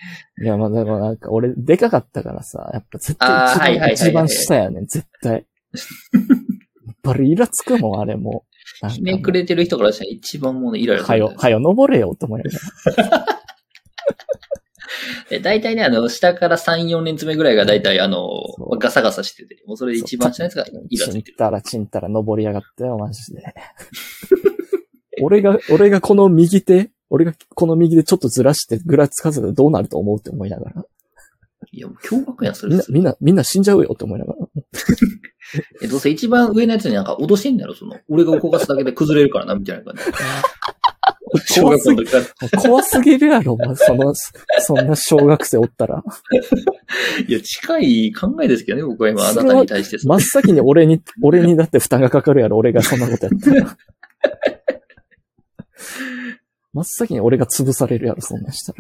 [SPEAKER 2] いや、まあ、でもなんか、俺、でかかったからさ、やっぱ絶
[SPEAKER 1] あー
[SPEAKER 2] 対一
[SPEAKER 1] はいはいはい
[SPEAKER 2] 番、
[SPEAKER 1] はい
[SPEAKER 2] 一番下やねん、絶 対。やっぱりイラつくもん、あれもう。なんか
[SPEAKER 1] ひ
[SPEAKER 2] もう
[SPEAKER 1] ねくれてる人からしたら一番もうね、イライラす
[SPEAKER 2] は
[SPEAKER 1] る
[SPEAKER 2] よ、はよ、登れよ、と思いながら。
[SPEAKER 1] え大体ね、あの、下から3、4連詰目ぐらいが大体、あの
[SPEAKER 2] そ、う
[SPEAKER 1] ガサガサしてて、もうそれで一番下のやつがイラつ
[SPEAKER 2] ちん
[SPEAKER 1] いてる。
[SPEAKER 2] たらちんたら登りやがったよ、マジで。 俺が、俺がこの右手、俺がこの右手ちょっとずらしてぐらつかせたらどうなると思うって思いながら。
[SPEAKER 1] いや、もう驚愕やん、そ
[SPEAKER 2] みん
[SPEAKER 1] れ
[SPEAKER 2] な、。みんな、みんな死んじゃうよって思いながら。
[SPEAKER 1] え、どうせ一番上のやつになんか脅してんだろ、その。俺が動かすだけで崩れるからな、みたいな感じ。小
[SPEAKER 2] 怖
[SPEAKER 1] 学
[SPEAKER 2] す
[SPEAKER 1] 校
[SPEAKER 2] ぎ
[SPEAKER 1] の時から。
[SPEAKER 2] 怖すぎるやろ、まあ、その、そんな小学生おったら。
[SPEAKER 1] いや、近い考えですけどね、僕は今、あなたに対して。
[SPEAKER 2] 真っ先に俺 に、俺にだって負担がかかるやろ、俺がそんなことやったら。真っ先に俺が潰されるやろ、そんなん したら。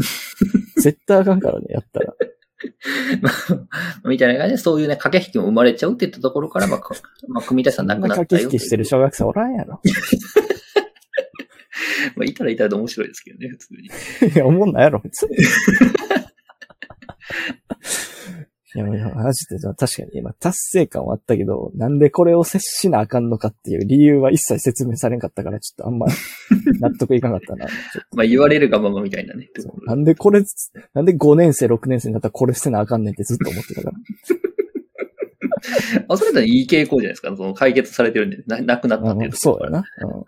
[SPEAKER 2] 絶対あかんからね、やったら。
[SPEAKER 1] みたいな感じで、そういうね、駆け引きも生まれちゃうって言ったところから、まあ、かまあ、組み立てさんなくなったよ。
[SPEAKER 2] 駆け引きしてる小学生おらんやろ。
[SPEAKER 1] まあ、いたらいたらで面白いですけどね、普通に。
[SPEAKER 2] いや、思んないやろ、別に。いや、いやマジで、確かに今、達成感はあったけど、なんでこれを接しなあかんのかっていう理由は一切説明されんかったから、ちょっとあんま納得いかなかった な。ちょっと
[SPEAKER 1] まあ、言われるがままみたいなね。ってことで
[SPEAKER 2] なんでこれ、なんで5年生、6年生になったらこれ捨てなあかんねんってずっと思って たから。
[SPEAKER 1] あ、それだといい傾向じゃないですか。その解決されてるんで、ななくなったっていう
[SPEAKER 2] うん
[SPEAKER 1] ところ
[SPEAKER 2] そう
[SPEAKER 1] か
[SPEAKER 2] や
[SPEAKER 1] ら。
[SPEAKER 2] な、うんう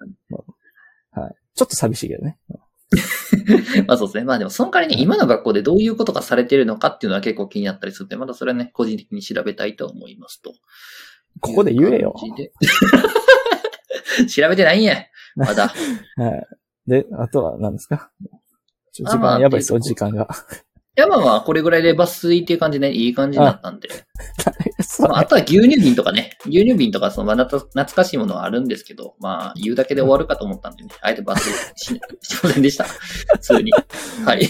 [SPEAKER 2] んはい。ちょっと寂しいけどね。
[SPEAKER 1] まあそうですね。まあでも、その代わりね、今の学校でどういうことがされてるのかっていうのは結構気になったりするんで、またそれはね、個人的に調べたいと思いますと。
[SPEAKER 2] ここで言えよ。
[SPEAKER 1] いう感じで 調べてないんや。ま だ。
[SPEAKER 2] はい。で、あとは何ですかちょ時
[SPEAKER 1] あまあ
[SPEAKER 2] 間やばいですよ、
[SPEAKER 1] っていう
[SPEAKER 2] 時
[SPEAKER 1] と
[SPEAKER 2] 間が。
[SPEAKER 1] いや、まあまあ、これぐらいで抜粋っていう感じで、ね、いい感じになったんで。
[SPEAKER 2] そう
[SPEAKER 1] まあ、あとは牛乳瓶とかね。牛乳瓶とか、その、まあなた懐かしいものはあるんですけど、まあ、言うだけで終わるかと思ったんでね。あえて抜粋し、しませんでした。普通に。はい。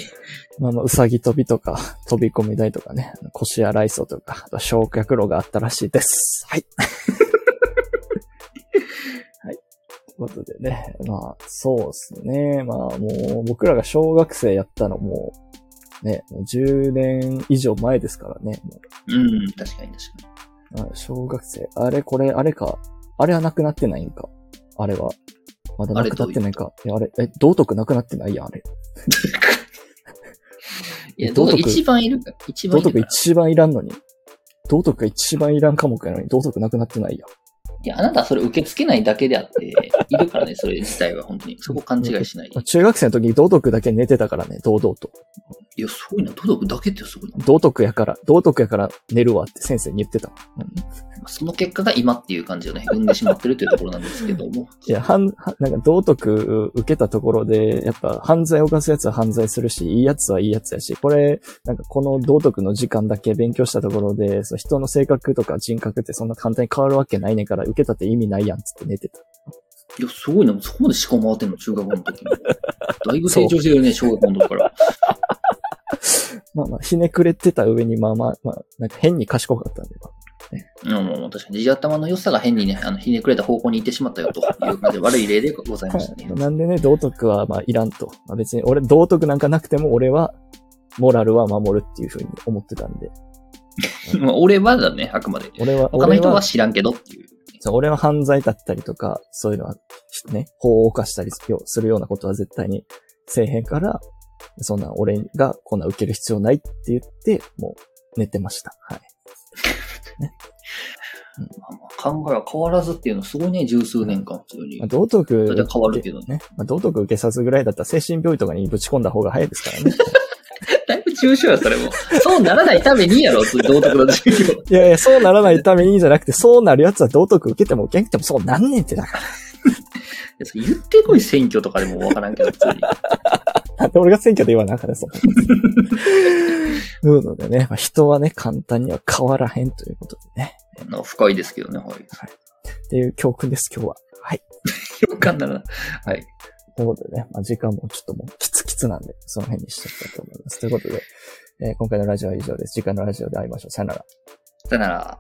[SPEAKER 2] まあまあ、うさぎ飛びとか、 飛び込み台とかね、腰や雷層とか、あと焼却炉があったらしいです。 はい。はい。ということでね、まあ、そうですね。まあ、もう、僕らが小学生やったのも、ね、もう10年以上前ですからね。も
[SPEAKER 1] うん、確かに確かに。
[SPEAKER 2] うあ小学生、あれ、これ、あれか、あれはなくなってないんか。あれは。まだなくなってないか。いやあれ、え、道徳なくなってないやん、あれ。
[SPEAKER 1] いや、
[SPEAKER 2] 道
[SPEAKER 1] 道
[SPEAKER 2] 徳
[SPEAKER 1] 徳一番いるから。一番
[SPEAKER 2] 道
[SPEAKER 1] いるか
[SPEAKER 2] 徳
[SPEAKER 1] ら。
[SPEAKER 2] 一番いらんのに。道徳が一番いらん科目やのに、道徳なくなってないや。
[SPEAKER 1] いや、あなたはそれ受け付けないだけであ って、いるからね、それ自体は本当に。そこ勘違いしないで。
[SPEAKER 2] 中学生の時に道徳だけ寝てたからね、堂々と。
[SPEAKER 1] いや、すごいな。道徳だけってすごいな。
[SPEAKER 2] 道徳やから、道徳やから寝るわって先生に言ってた。うん
[SPEAKER 1] その結果が今っていう感じをね、生んでしまってるというところなんですけど も。
[SPEAKER 2] いや、はん、はなんか道徳受けたところで、やっぱ犯罪を犯すやつは犯罪するし、いいやつはいいやつやし、これ、なんかこの道徳の時間だけ勉強したところで、その人の性格とか人格ってそんな簡単に変わるわけないねんから、受けたって意味ないやんつって寝てた。
[SPEAKER 1] いや、すごいな。そこまで思考回ってんの、中学校の時に。だいぶ成長してるね、小学校の時から。
[SPEAKER 2] まあまあ、ひねくれてた上に、まあまあ、まあ、なんか変に賢かったんで。
[SPEAKER 1] うん、もう確かに、地頭の良さが変にね、あの、ひねくれた方向に行ってしまったよ、という感じで、悪い例でございましたね。
[SPEAKER 2] なんでね、道徳はまあいらんと。まあ、別に俺、道徳なんかなくても俺は、モラルは守るっていうふうに思ってたんで。
[SPEAKER 1] まあ俺はだね、あくまで。
[SPEAKER 2] 俺は、
[SPEAKER 1] 他の
[SPEAKER 2] 俺
[SPEAKER 1] 人は
[SPEAKER 2] は、
[SPEAKER 1] 知らんけどっていう。
[SPEAKER 2] そう俺は犯罪だったりとか、そういうのは、ね、法を犯したりするようなことは絶対にせえへんから、そんな俺がこんな受ける必要ないって言って、もう寝てました。はい。
[SPEAKER 1] まあまあ考えは変わらずっていうのすごいね、十数年間、普通に
[SPEAKER 2] まあ、。道徳
[SPEAKER 1] それで変わるけどね
[SPEAKER 2] ね。まあ、道徳受けさすぐらいだったら精神病院とかにぶち込んだ方が早いですから ね。
[SPEAKER 1] だいぶ抽象や、それも。そうならないためにやろ、道徳の授業。
[SPEAKER 2] いやいや、そうならないためにじゃなくて、そうなるやつは道徳受けても受けなくてもそうなんねんってだか
[SPEAKER 1] 言ってこい、選挙とかでもわからんけど、普通に。
[SPEAKER 2] ら。で俺が選挙で言わなあかんね、そう。そういうのでね、 まあ、人はね、簡単には変わらへんということでね。
[SPEAKER 1] なんか深いですけどね、はい。
[SPEAKER 2] っていう教訓です、今日は。はい。
[SPEAKER 1] よかんならな。はい。
[SPEAKER 2] ということでね、まあ、時間もちょっともうキツキツなんで、その辺にしちゃったと思います。ということで、えー今回のラジオは以上です。次回のラジオで会いましょう。さよなら。
[SPEAKER 1] さよなら。